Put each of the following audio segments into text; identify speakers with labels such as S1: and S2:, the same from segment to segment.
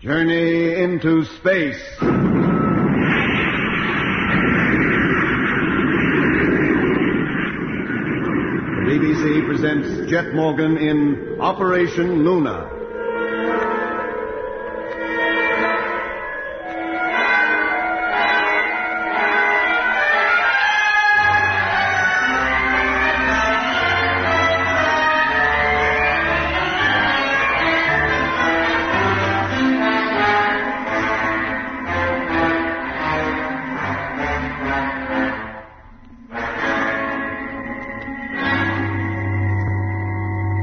S1: Journey into space. The BBC presents Jet Morgan in Operation Luna.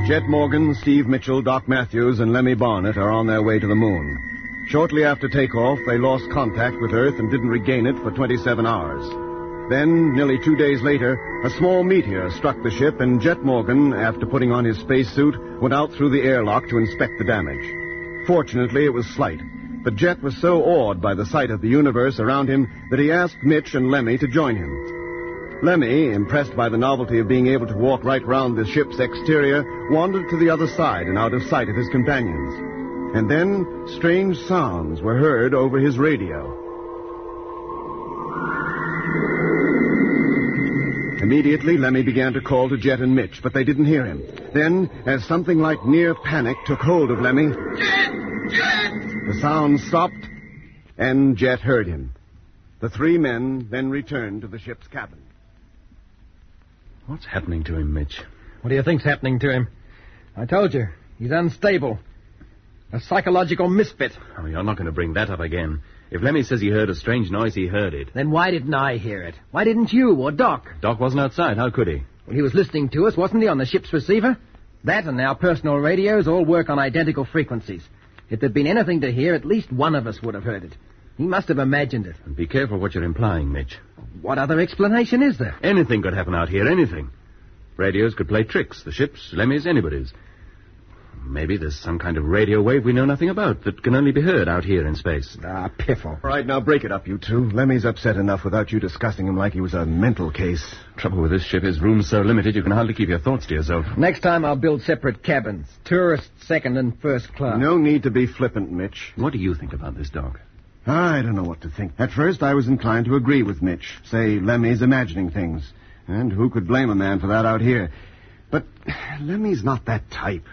S1: Jet Morgan, Steve Mitchell, Doc Matthews, and Lemmy Barnett are on their way to the moon. Shortly after takeoff, they lost contact with Earth and didn't regain it for 27 hours. Then, nearly two days later, a small meteor struck the ship, and Jet Morgan, after putting on his spacesuit, went out through the airlock to inspect the damage. Fortunately, it was slight, but Jet was so awed by the sight of the universe around him that he asked Mitch and Lemmy to join him. Lemmy, impressed by the novelty of being able to walk right round the ship's exterior, wandered to the other side and out of sight of his companions. And then strange sounds were heard over his radio. Immediately, Lemmy began to call to Jet and Mitch, but they didn't hear him. Then, as something like near panic took hold of Lemmy, the sound stopped, and Jet heard him. The three men then returned to the ship's cabin.
S2: What's happening to him, Mitch?
S3: What do you think's happening to him? I told you, he's unstable. A psychological misfit.
S2: Oh, you're not going to bring that up again. If Lemmy says he heard a strange noise, he heard it.
S3: Then why didn't I hear it? Why didn't you or Doc?
S2: Doc wasn't outside. How could he?
S3: Well, he was listening to us, wasn't he, on the ship's receiver? That and our personal radios all work on identical frequencies. If there'd been anything to hear, at least one of us would have heard it. He must have imagined it.
S2: And be careful what you're implying, Mitch.
S3: What other explanation is there?
S2: Anything could happen out here, anything. Radios could play tricks, the ships, Lemmy's, anybody's. Maybe there's some kind of radio wave we know nothing about that can only be heard out here in space.
S3: Ah, piffle.
S1: All right, now break it up, you two. Lemmy's upset enough without you discussing him like he was a mental case.
S2: Trouble with this ship is room's so limited you can hardly keep your thoughts to yourself.
S3: Next time I'll build separate cabins. Tourist second and first class.
S1: No need to be flippant, Mitch.
S2: What do you think about this, Doc?
S1: I don't know what to think. At first, I was inclined to agree with Mitch, say Lemmy's imagining things. And who could blame a man for that out here? But Lemmy's not that type.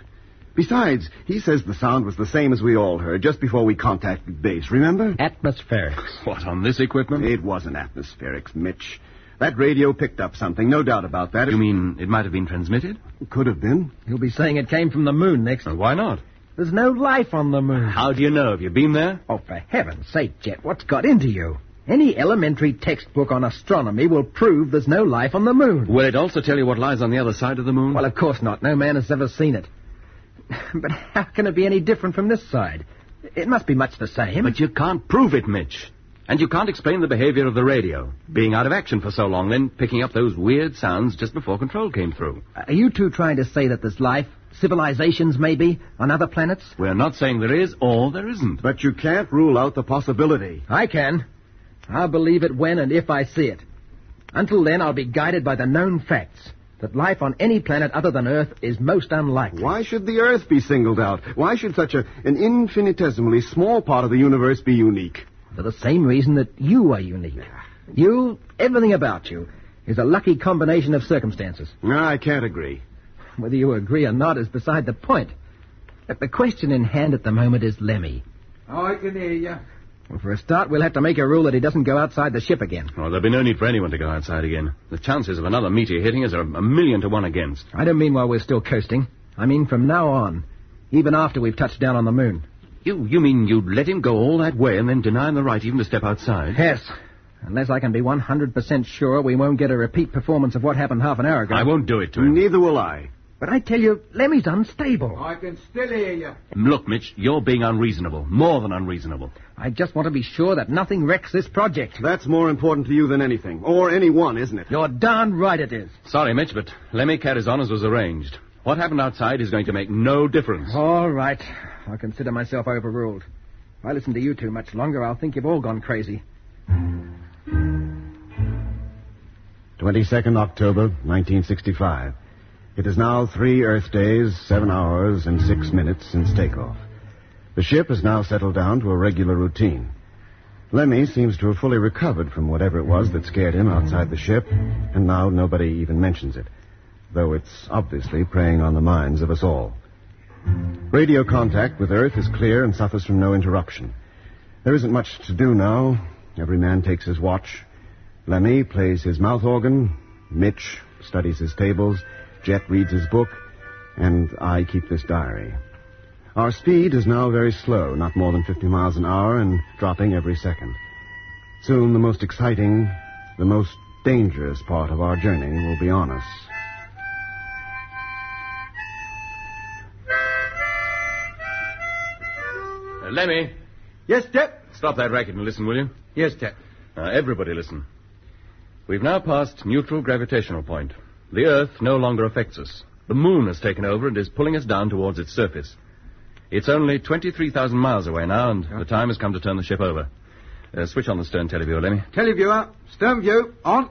S1: Besides, he says the sound was the same as we all heard just before we contacted base, remember?
S3: Atmospheric.
S2: What, on this equipment?
S1: It wasn't atmospheric, Mitch. That radio picked up something, no doubt about that.
S2: You mean it might have been transmitted?
S1: It could have been.
S3: You'll be saying it came from the moon next.
S2: Well, why not?
S3: There's no life on the moon.
S2: How do you know? Have you been there?
S3: Oh, for heaven's sake, Jet, what's got into you? Any elementary textbook on astronomy will prove there's no life on the moon.
S2: Will it also tell you what lies on the other side of the moon?
S3: Well, of course not. No man has ever seen it. but how can it be any different from this side? It must be much the same.
S2: But you can't prove it, Mitch. And you can't explain the behavior of the radio, being out of action for so long, then picking up those weird sounds just before control came through.
S3: Are you two trying to say that there's life, civilizations maybe, on other planets?
S2: We're not saying there is or there isn't.
S1: But you can't rule out the possibility.
S3: I can. I'll believe it when and if I see it. Until then, I'll be guided by the known facts that life on any planet other than Earth is most unlikely.
S1: Why should the Earth be singled out? Why should such a, an infinitesimally small part of the universe be unique?
S3: For the same reason that you are unique. You, everything about you, is a lucky combination of circumstances.
S1: No, I can't agree.
S3: Whether you agree or not is beside the point. But the question in hand at the moment is Lemmy.
S4: Oh, I can hear you.
S3: Well, for a start, we'll have to make a rule that he doesn't go outside the ship again.
S2: Well, there'll be no need for anyone to go outside again. The chances of another meteor hitting us are a million to one against.
S3: I don't mean while we're still coasting. I mean from now on, even after we've touched down on the moon.
S2: You you mean you'd let him go all that way and then deny him the right even to step outside?
S3: Yes. Unless I can be 100% sure we won't get a repeat performance of what happened half an hour ago.
S2: I won't do it to him.
S1: Neither will I.
S3: But I tell you, Lemmy's unstable.
S4: I can still hear you.
S2: Look, Mitch, you're being unreasonable. More than unreasonable.
S3: I just want to be sure that nothing wrecks this project.
S1: That's more important to you than anything, or anyone, isn't it?
S3: You're darn right it is.
S2: Sorry, Mitch, but Lemmy carries on as was arranged. What happened outside is going to make no difference.
S3: All right. I consider myself overruled. If I listen to you two much longer, I'll think you've all gone crazy.
S1: 22nd October, 1965. It is now three Earth days, seven hours, and six minutes since takeoff. The ship has now settled down to a regular routine. Lemmy seems to have fully recovered from whatever it was that scared him outside the ship, and now nobody even mentions it, though it's obviously preying on the minds of us all. Radio contact with Earth is clear and suffers from no interruption. There isn't much to do now. Every man takes his watch. Lemmy plays his mouth organ. Mitch studies his tables. Jet reads his book. And I keep this diary. Our speed is now very slow, not more than 50 miles an hour, and dropping every second. Soon the most exciting, the most dangerous part of our journey will be on us.
S2: Uh, Lemmy,
S4: Yes, Dep.
S2: stop that racket and listen, will you?
S4: Yes, Dep.
S2: Now, everybody listen. We've now passed neutral gravitational point. The Earth no longer affects us. The moon has taken over and is pulling us down towards its surface. It's only 23,000 miles away now, and the time has come to turn the ship over. Uh, switch on the stern teleview, Lemmy.
S4: Televiewer, stern view, on.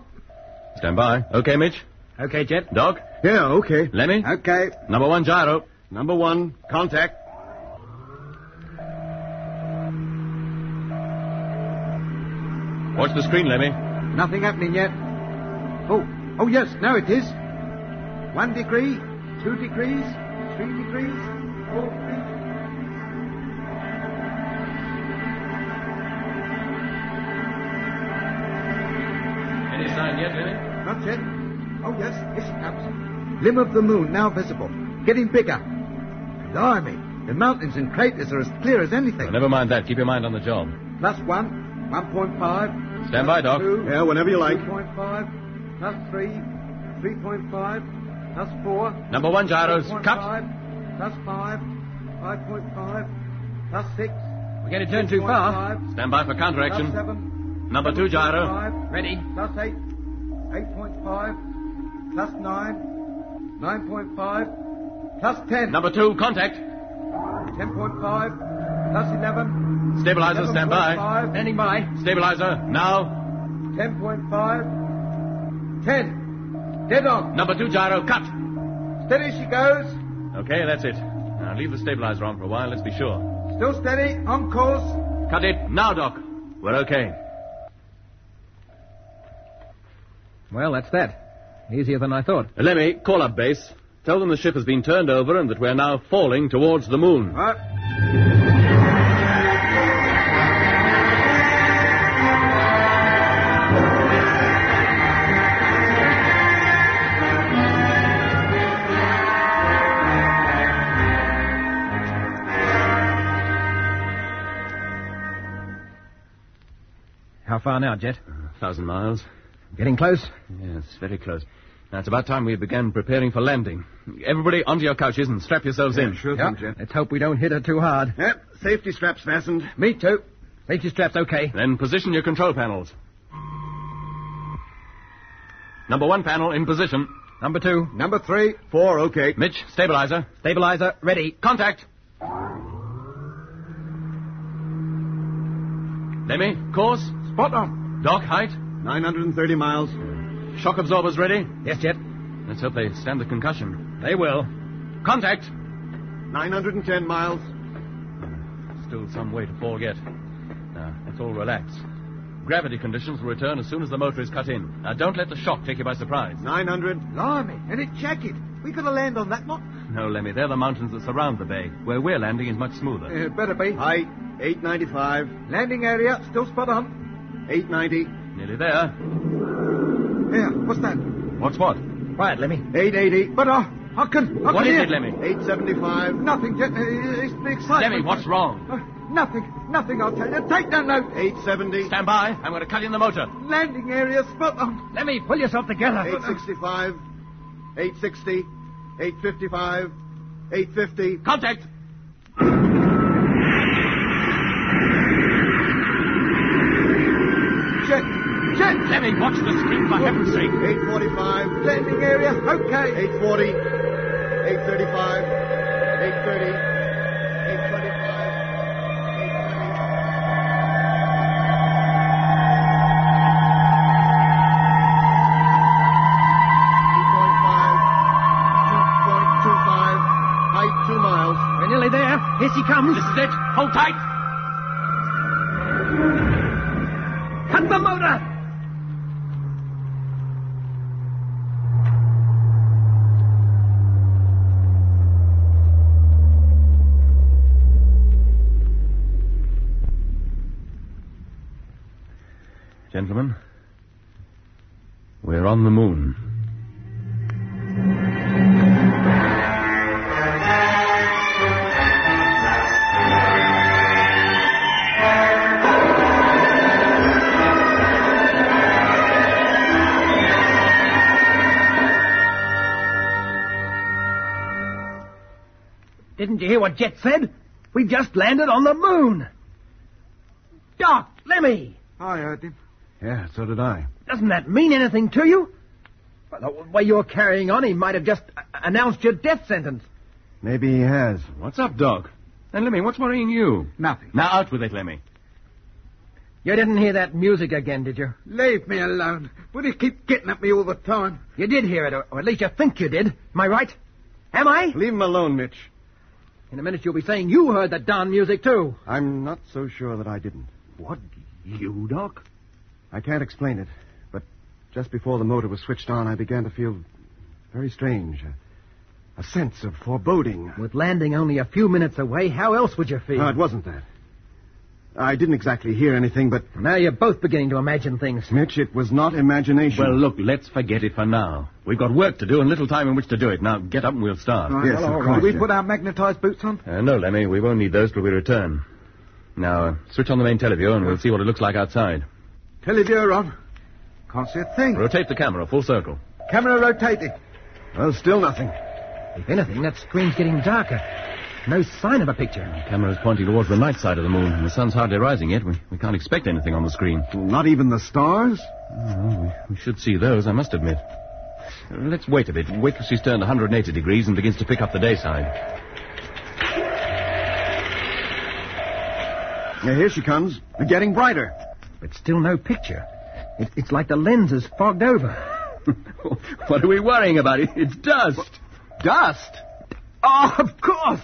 S2: Stand by. Okay, Mitch?
S4: Okay, Jet.
S2: Doc?
S1: Yeah, okay.
S2: Lemmy?
S4: Okay.
S2: Number one gyro.
S1: Number one, contact.
S2: Watch the screen, Lemmy.
S4: Nothing happening yet. Oh, oh yes, now it is. One degree, two degrees, three degrees, four degrees.
S2: Any sign yet, Lemmy?
S4: Not yet. Oh yes, it's comes. Limb of the moon now visible, getting bigger. Blimey, the mountains and craters are as clear as anything.
S2: never mind that. Keep your mind on the job.
S4: Plus one, one point five.
S2: Stand by, Doc.
S1: Yeah, whenever you like.
S4: Two point five, plus three, three point five, plus four.
S2: Number one gyros.
S4: Four point
S2: Cut.
S4: five, Plus five, five point five, plus six.
S3: We're going to turn too far.
S4: 6.5,
S2: Stand by for
S4: Plus
S2: counteraction.
S4: seven.
S2: Number two gyro.
S4: Five,
S3: Ready?
S4: plus eight, eight point five, plus nine, nine point five, plus ten.
S2: Number two, contact.
S4: Ten point five, plus eleven.
S2: Stabilizer, stand by.
S4: 11.5,
S3: Standing by.
S2: Stabilizer, now.
S4: 10.5. 10. Dead on.
S2: Number two gyro, cut.
S4: Steady she goes.
S2: Okay, that's it. Now leave the stabilizer on for a while, let's be sure.
S4: Still steady. On course.
S2: Cut it now, Doc. We're okay.
S3: Well, that's that. Easier than I thought.
S2: Lemmy, call up base. Tell them the ship has been turned over and that we're now falling towards the moon.
S4: Right.
S3: How far now, Jet?
S2: A thousand miles.
S3: Getting close?
S2: Yes, very close. Now it's about time we began preparing for landing. Everybody onto your couches and strap yourselves in.
S1: Sure
S3: Yeah.
S1: thing, Jet.
S3: Let's hope we don't hit her too hard.
S1: Yep, safety straps fastened.
S3: Me too. Safety straps okay.
S2: Then position your control panels. Number one panel in position.
S3: Number two.
S4: Number three.
S1: Four, okay.
S2: Mitch, stabilizer.
S3: Stabilizer ready.
S2: Contact. Lemmy, course.
S4: Spot on.
S2: Dock height.
S1: 930 miles.
S2: Shock absorbers ready.
S3: Yes, Jet.
S2: Let's hope they stand the concussion.
S3: They will.
S2: Contact.
S1: 910 miles.
S2: Still some way to fall yet. Now, let's all relax. Gravity conditions will return as soon as the motor is cut in. Now, don't let the shock take you by surprise.
S1: 900.
S4: Blimey. And it jacket. We gotta land on that one.
S2: No, Lemmy, they're the mountains that surround the bay. Where we're landing is much smoother.
S4: Uh, better be.
S1: Height, 895.
S4: Landing area. Still spot on.
S1: 890.
S2: Nearly there.
S4: Yeah. What's that?
S2: What's what?
S3: Quiet, Lemmy.
S1: 880.
S4: But uh, I can. I
S2: What is
S4: can hear.
S2: it, Lemmy?
S1: 875.
S4: Nothing. Jet. Uh, It's the excitement.
S2: Lemmy, what's wrong?
S4: Uh, nothing. Nothing. I'll tell you. Take no note.
S1: 870.
S2: Stand by. I'm going to cut in the motor.
S4: Landing area. Spot on.
S3: Lemmy, pull yourself together.
S1: 865, 860, 855, 850.
S2: Contact.
S4: Jet. Jet.
S2: Lemmy, watch the screen for heaven's sake.
S1: 845,
S4: Landing area. Okay.
S1: 840, 835, 830, 825, 820. Height two miles.
S3: We're nearly there. Here she comes.
S2: This is it.
S5: Hold tight. Cut the motor.
S2: Gentlemen, we're on the moon.
S3: Didn't you hear what Jet said? We just landed on the moon. Doc, Lemmy,
S4: I heard him.
S1: Yeah, so did I.
S3: doesn't that mean anything to you? By the way you're carrying on, he might have just uh, announced your death sentence.
S1: Maybe he has.
S2: What's up, Doc? And Lemmy, what's worrying you?
S4: Nothing.
S2: Now out with it, Lemmy.
S3: You didn't hear that music again, did you?
S4: Leave me alone. Would he keep getting at me all the time?
S3: You did hear it, or or at least you think you did. Am I right? Am I?
S1: Leave him alone, Mitch.
S3: In a minute, you'll be saying you heard that darn music, too.
S1: I'm not so sure that I didn't.
S2: What? You, Doc?
S1: I can't explain it, but just before the motor was switched on, I began to feel very strange. A- A sense of foreboding.
S3: With landing only a few minutes away, how else would you feel?
S1: No, it wasn't that. I didn't exactly hear anything, but,
S3: Now you're both beginning to imagine things.
S1: Mitch, it was not imagination.
S2: Well, look, let's forget it for now. We've got work to do and little time in which to do it. Now get up and we'll start.
S4: Right,
S1: yes,
S4: well,
S1: of
S4: all
S1: course,
S4: We
S1: yeah.
S4: put our magnetized boots on.
S2: Uh, no, Lemmy, we won't need those till we return. Now, uh, switch on the main teleview and we'll see what it looks like outside.
S4: Televiewer on. Can't see a thing.
S2: Rotate the camera full circle.
S4: Camera rotating.
S1: Well, still nothing.
S3: If anything, that screen's getting darker. No sign of a picture.
S2: The camera's pointing towards the night side of the moon. and The sun's hardly rising yet. We, we can't expect anything on the screen.
S1: Not even the stars?
S2: Oh, we, we should see those, I must admit. Uh, Let's wait a bit. Wait till she's turned 180 degrees and begins to pick up the day side.
S1: Yeah, here she comes. Getting brighter.
S3: But still no picture. It, it's like the lens is fogged over.
S2: what are we worrying about? It, it's dust.
S1: Dust?
S3: Oh, of course!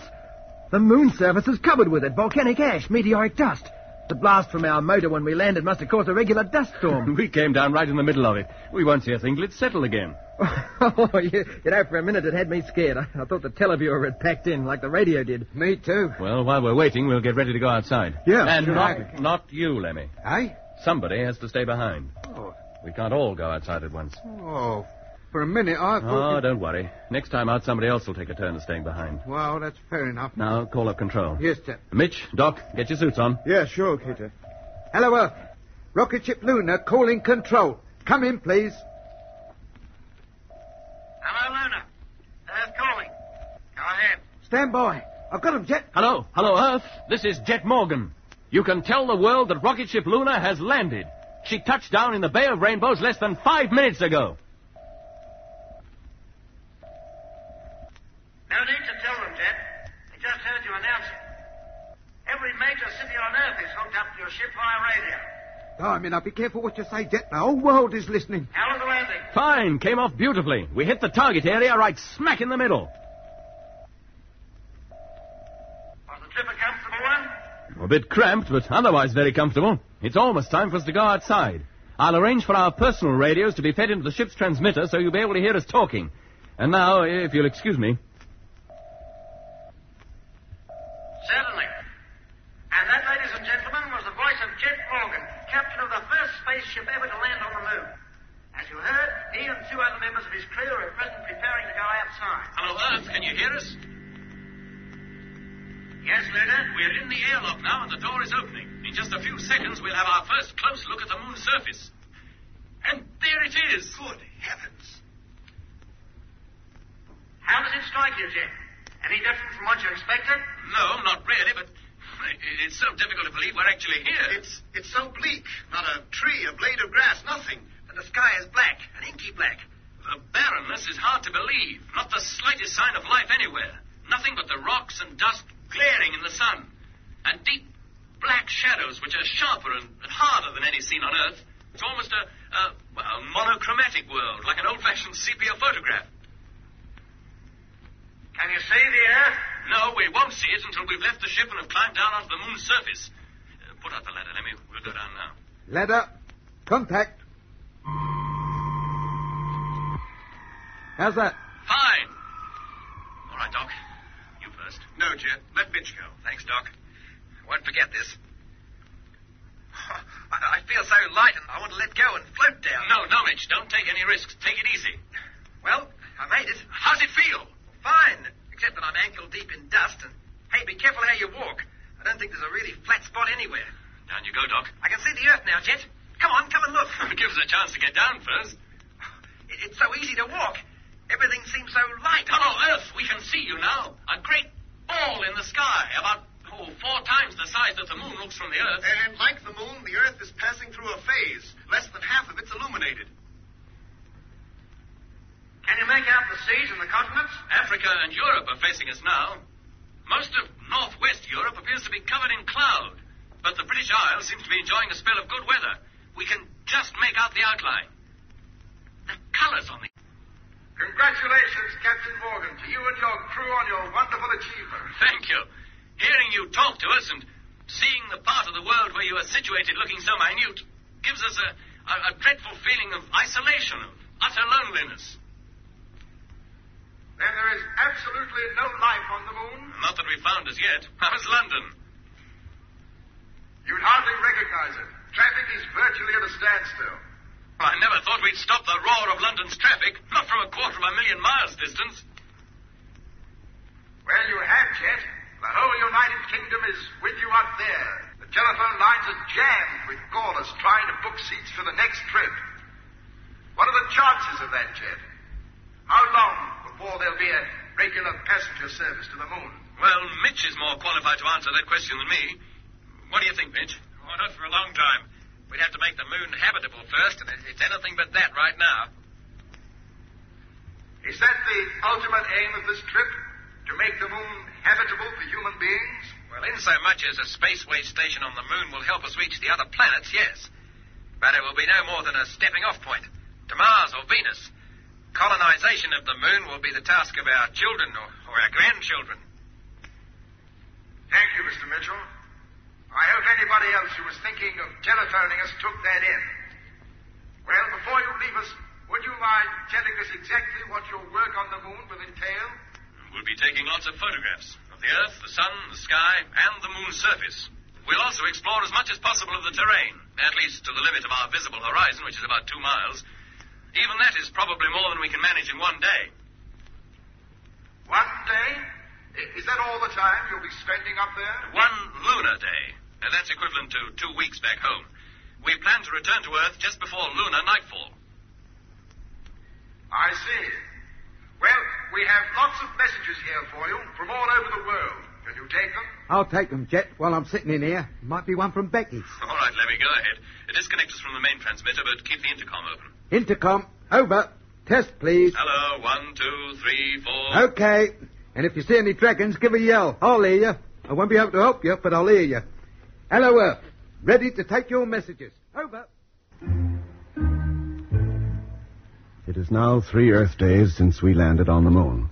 S3: The moon surface is covered with it. Volcanic ash, meteoric dust. The blast from our motor when we landed must have caused a regular dust storm.
S2: We came down right in the middle of it. We won't see a thing till it's settled again.
S3: oh, you, you know, for a minute it had me scared. I, I thought the televiewer had packed in like the radio did.
S4: Me too.
S2: Well, while we're waiting, we'll get ready to go outside.
S1: Yeah,
S2: And
S1: sure.
S2: not, not you, Lemmy.
S1: Eh?
S4: Hey?
S2: Somebody has to stay behind.
S4: Oh,
S2: We can't all go outside at once.
S4: oh. For a minute, I thought.
S2: Oh,
S4: you-
S2: don't worry. Next time out, somebody else will take a turn of staying behind.
S4: Well, that's fair enough.
S2: Now, call up control.
S4: Yes, sir.
S2: Mitch, Doc, get your suits on.
S1: Yeah, sure, Cater.
S4: Hello, Earth. Rocket ship Luna calling control. Come in, please.
S6: Hello, Luna. Earth calling. Go ahead.
S4: Stand by. I've got 'em, Jet.
S2: Hello, hello, Earth. This is Jet Morgan. You can tell the world that rocket ship Luna has landed. She touched down in the Bay of Rainbows less than five minutes ago.
S6: No need to tell them, Jet. They just heard you announce it. Every major city on Earth is hooked up to your ship via radio.
S4: Blimey, now be careful what you say, Jet. The whole world is listening.
S6: How was the landing?
S2: Fine, came off beautifully. We hit the target area right smack in the middle.
S6: Was the trip a comfortable one?
S2: A bit cramped, but otherwise very comfortable. It's almost time for us to go outside. I'll arrange for our personal radios to be fed into the ship's transmitter so you'll be able to hear us talking. And now, if you'll excuse me.
S6: Certainly. And that, ladies and gentlemen, was the voice of Jet Morgan, captain of the first spaceship ever to land on the moon. As you heard, he and two other members of his crew are at present preparing to go outside.
S2: Hello, Earth, can you hear us?
S6: Yes, Luna?
S2: We're in the airlock now and the door is opening. In just a few seconds, we'll have our first close look at the moon's surface. And there it is. Good heavens.
S6: How does it strike you, Jet? Any different from what you expected?
S2: No, not really, but it's so difficult to believe we're actually here.
S6: It's it's so bleak. Not a tree, a blade of grass, nothing. And the sky is black, an inky black.
S2: The barrenness is hard to believe. Not the slightest sign of life anywhere. Nothing but the rocks and dust glaring in the sun. And deep black shadows which are sharper and, and harder than any seen on Earth. It's almost a, a, a monochromatic world, like an old fashioned sepia photograph.
S6: Can you see the earth?
S2: No, we won't see it until we've left the ship and have climbed down onto the moon's surface. Uh, put out the ladder, Lemmy. We'll go down now.
S4: Ladder. Contact. How's that?
S2: Fine. All right, Doc. You first.
S5: No, Jet. Let Mitch go.
S2: Thanks, Doc. Won't forget this. I, I feel so light and I want to let go and float down. No, no, Mitch. Don't take any risks. Take it easy. Well, I made it. How's it feel? Fine, except that I'm ankle deep in dust. And hey, be careful how you walk. I don't think there's a really flat spot anywhere. Down you go, Doc. I can see the earth now, Jet. Come on, come and look. Give us a chance to get down first. it's so easy to walk. Everything seems so light. Hello, Earth. We can see you now. A great ball in the sky, about oh, four times the size that the moon looks from the Earth.
S5: And like the moon, the Earth is passing through a phase. Less than half of it's illuminated.
S2: Can you make out the seas and the continents? Africa and Europe are facing us now. Most of northwest Europe appears to be covered in cloud, but the British Isles seems to be enjoying a spell of good weather. We can just make out the outline. The colors on the.
S5: Congratulations, Captain Morgan, to you and your crew on your wonderful achievement.
S2: Thank you. Hearing you talk to us and seeing the part of the world where you are situated looking so minute gives us a, a, a dreadful feeling of isolation, of utter loneliness.
S5: Then there is absolutely no life on the moon.
S2: Not that we found as yet. How's London?
S5: You'd hardly recognize it. Traffic is virtually at a standstill.
S2: I never thought we'd stop the roar of London's traffic, not from a quarter of a million miles distance.
S5: Well, you have, Jet. The whole United Kingdom is with you up there. The telephone lines are jammed with callers trying to book seats for the next trip. What are the chances of that, Jet? How long before there'll be a regular passenger service to the moon?
S2: Well, Mitch is more qualified to answer that question than me. What do you think, Mitch?
S7: Oh, not for a long time. We'd have to make the moon habitable first, and it- it's anything but that right now.
S5: Is that the ultimate aim of this trip? To make the moon habitable for human beings?
S7: Well, insomuch as a spaceway station on the moon will help us reach the other planets, yes. But it will be no more than a stepping off point to Mars or Venus. Colonization of the moon will be the task of our children or, or our grandchildren.
S5: Thank you, Mr. Mitchell. I hope anybody else who was thinking of telephoning us took that in. Well, before you leave us, would you mind telling us exactly what your work on the moon will entail?
S2: We'll be taking lots of photographs of the Earth, the Sun, the sky, and the Moon's surface. We'll also explore as much as possible of the terrain, at least to the limit of our visible horizon, which is about two miles. Even that is probably more than we can manage in one day.
S5: One day? I- Is that all the time you'll be spending up there?
S2: One lunar day. Now, that's equivalent to two weeks back home. We plan to return to Earth just before lunar nightfall.
S5: I see. Well, we have lots of messages here for you from all over the world. Can you take them?
S4: I'll take them, Jet, while I'm sitting in here. Might be one from Becky.
S2: All right, Lemmy, go ahead. Uh, Disconnect us from the main transmitter, but keep the intercom open.
S4: Intercom, over. Test, please.
S2: Hello, one, two, three, four.
S4: Okay. And if you see any dragons, give a yell. I'll hear you. I won't be able to help you, but I'll hear you. Hello, Earth. Ready to take your messages. Over.
S1: It is now three Earth days since we landed on the moon.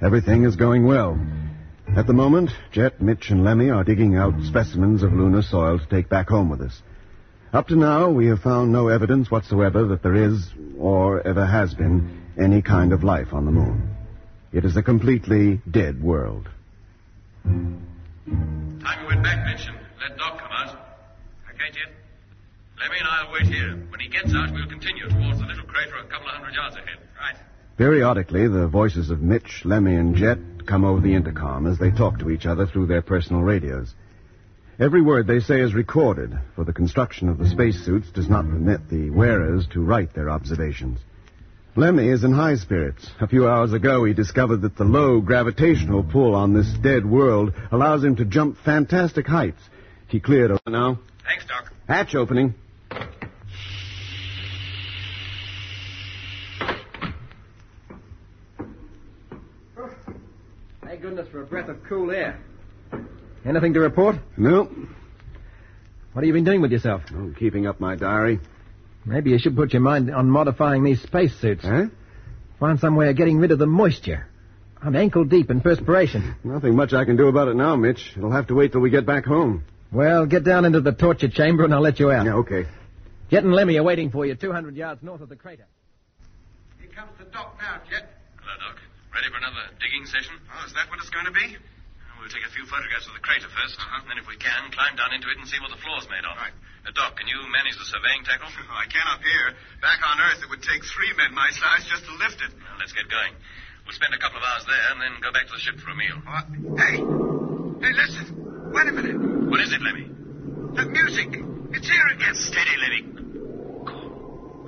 S1: Everything is going well. At the moment, Jet, Mitch, and Lemmy are digging out specimens of lunar soil to take back home with us. Up to now, we have found no evidence whatsoever that there is, or ever has been, any kind of life on the moon. It is a completely dead world.
S2: Time you went back, Mitch, and let Doc come out. Okay, Jim. Lemmy and I'll wait here. When he gets out, we'll continue towards the little crater a couple of hundred yards ahead. Right.
S1: Periodically, the voices of Mitch, Lemmy, and Jet come over the intercom as they talk to each other through their personal radios. Every word they say is recorded, for the construction of the spacesuits does not permit the wearers to write their observations. Lemmy is in high spirits. A few hours ago, he discovered that the low gravitational pull on this dead world allows him to jump fantastic heights. He cleared over now.
S7: Thanks, Doc.
S1: Hatch opening.
S3: Thank goodness for a breath of cool air. Anything to report?
S1: Nope.
S3: What have you been doing with yourself?
S1: Oh, keeping up my diary.
S3: Maybe you should put your mind on modifying these spacesuits.
S1: Huh?
S3: Find some way of getting rid of the moisture. I'm ankle deep in perspiration.
S1: Nothing much I can do about it now, Mitch. It'll have to wait till we get back home.
S3: Well, get down into the torture chamber and I'll let you out.
S1: Yeah, okay.
S3: Jet and Lemmy are waiting for you 200 yards north of the crater.
S5: Here comes the doc now, Jet.
S2: Hello, Doc. Ready for another digging session?
S5: Oh, is that what it's going to be? Uh-huh.
S2: We'll take a few photographs of the crater 1st and then if we can, climb down into it and see what the floor's made of.
S5: Right.
S2: Now, Doc, can you manage the surveying tackle?
S5: Oh, I cannot hear. Back on Earth, it would take three men my size just to lift it.
S2: Now, let's get going. We'll spend a couple of hours there and then go back to the ship for a meal.
S5: What? Hey! Hey, listen! Wait a minute!
S2: What is it, Lemmy?
S5: That music! It's here again! Steady, Living.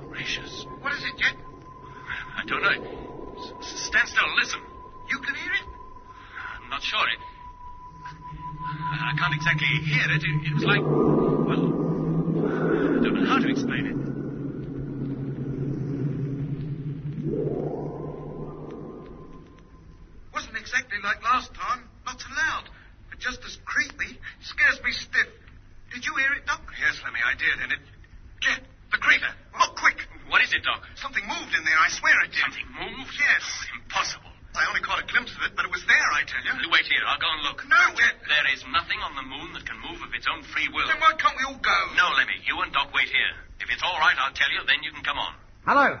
S2: Gracious.
S5: What is it, Jet?
S2: I don't know. S- s- stand still. Listen.
S5: You can hear it?
S2: I'm not sure. It. I I can't exactly hear it. It, it was like. Well, I don't know how to explain it.
S5: Wasn't exactly like last time. Not so loud, but just as creepy. Scares me stiff. Did you hear it, Doc? Yes, Lemmy, I did, and it. Jet, the crater! Look quick!
S2: What is it, Doc?
S5: Something moved in there, I swear it did.
S2: Something moved?
S5: Yes.
S2: Impossible.
S5: I only caught a glimpse of it, but it was there, I tell you.
S2: Wait here. I'll go and look.
S5: No, Jet!
S2: There is nothing on the moon that can move of its own free will.
S5: Then why can't we all go?
S2: No, Lemmy. You and Doc wait here. If it's all right, I'll tell you. Then you can come on.
S8: Hello.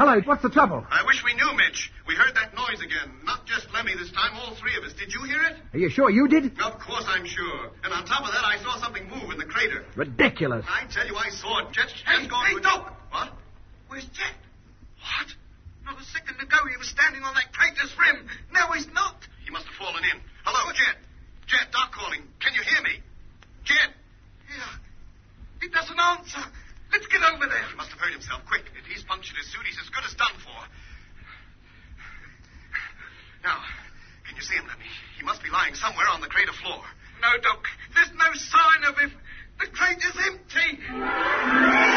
S8: Hello, what's the trouble?
S5: I wish we knew, Mitch. We heard that noise again. Not just Lemmy this time, all three of us. Did you hear it?
S8: Are you sure you did?
S5: Of course I'm sure. And on top of that, I saw something move in the crater.
S8: Ridiculous.
S5: I tell you, I saw it. Jet has gone. Hey, Doc! What? Where's Jet? What? Not a second ago, he was standing on that crater's rim. Now he's not. He must have fallen in. Hello, Jet. Jet, Doc calling. Can you hear me? Jet. Yeah. He doesn't answer. Let's get over there. He must have hurt himself. Quick. If he's punctured his suit, he's as good as done for. Now, can you see him, Lemmy? He must be lying somewhere on the crater floor. No, Doc. There's no sign of him. The crater's empty.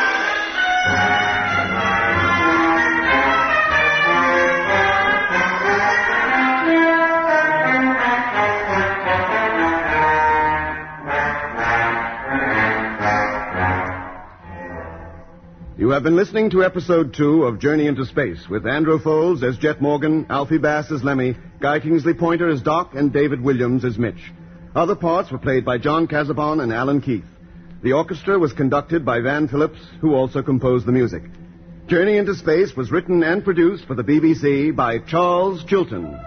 S1: You have been listening to episode two of Journey into Space with Andrew Foles as Jet Morgan, Alfie Bass as Lemmy, Guy Kingsley Pointer as Doc, and David Williams as Mitch. Other parts were played by John Casabon and Alan Keith. The orchestra was conducted by Van Phillips, who also composed the music. Journey into Space was written and produced for the BBC by Charles Chilton.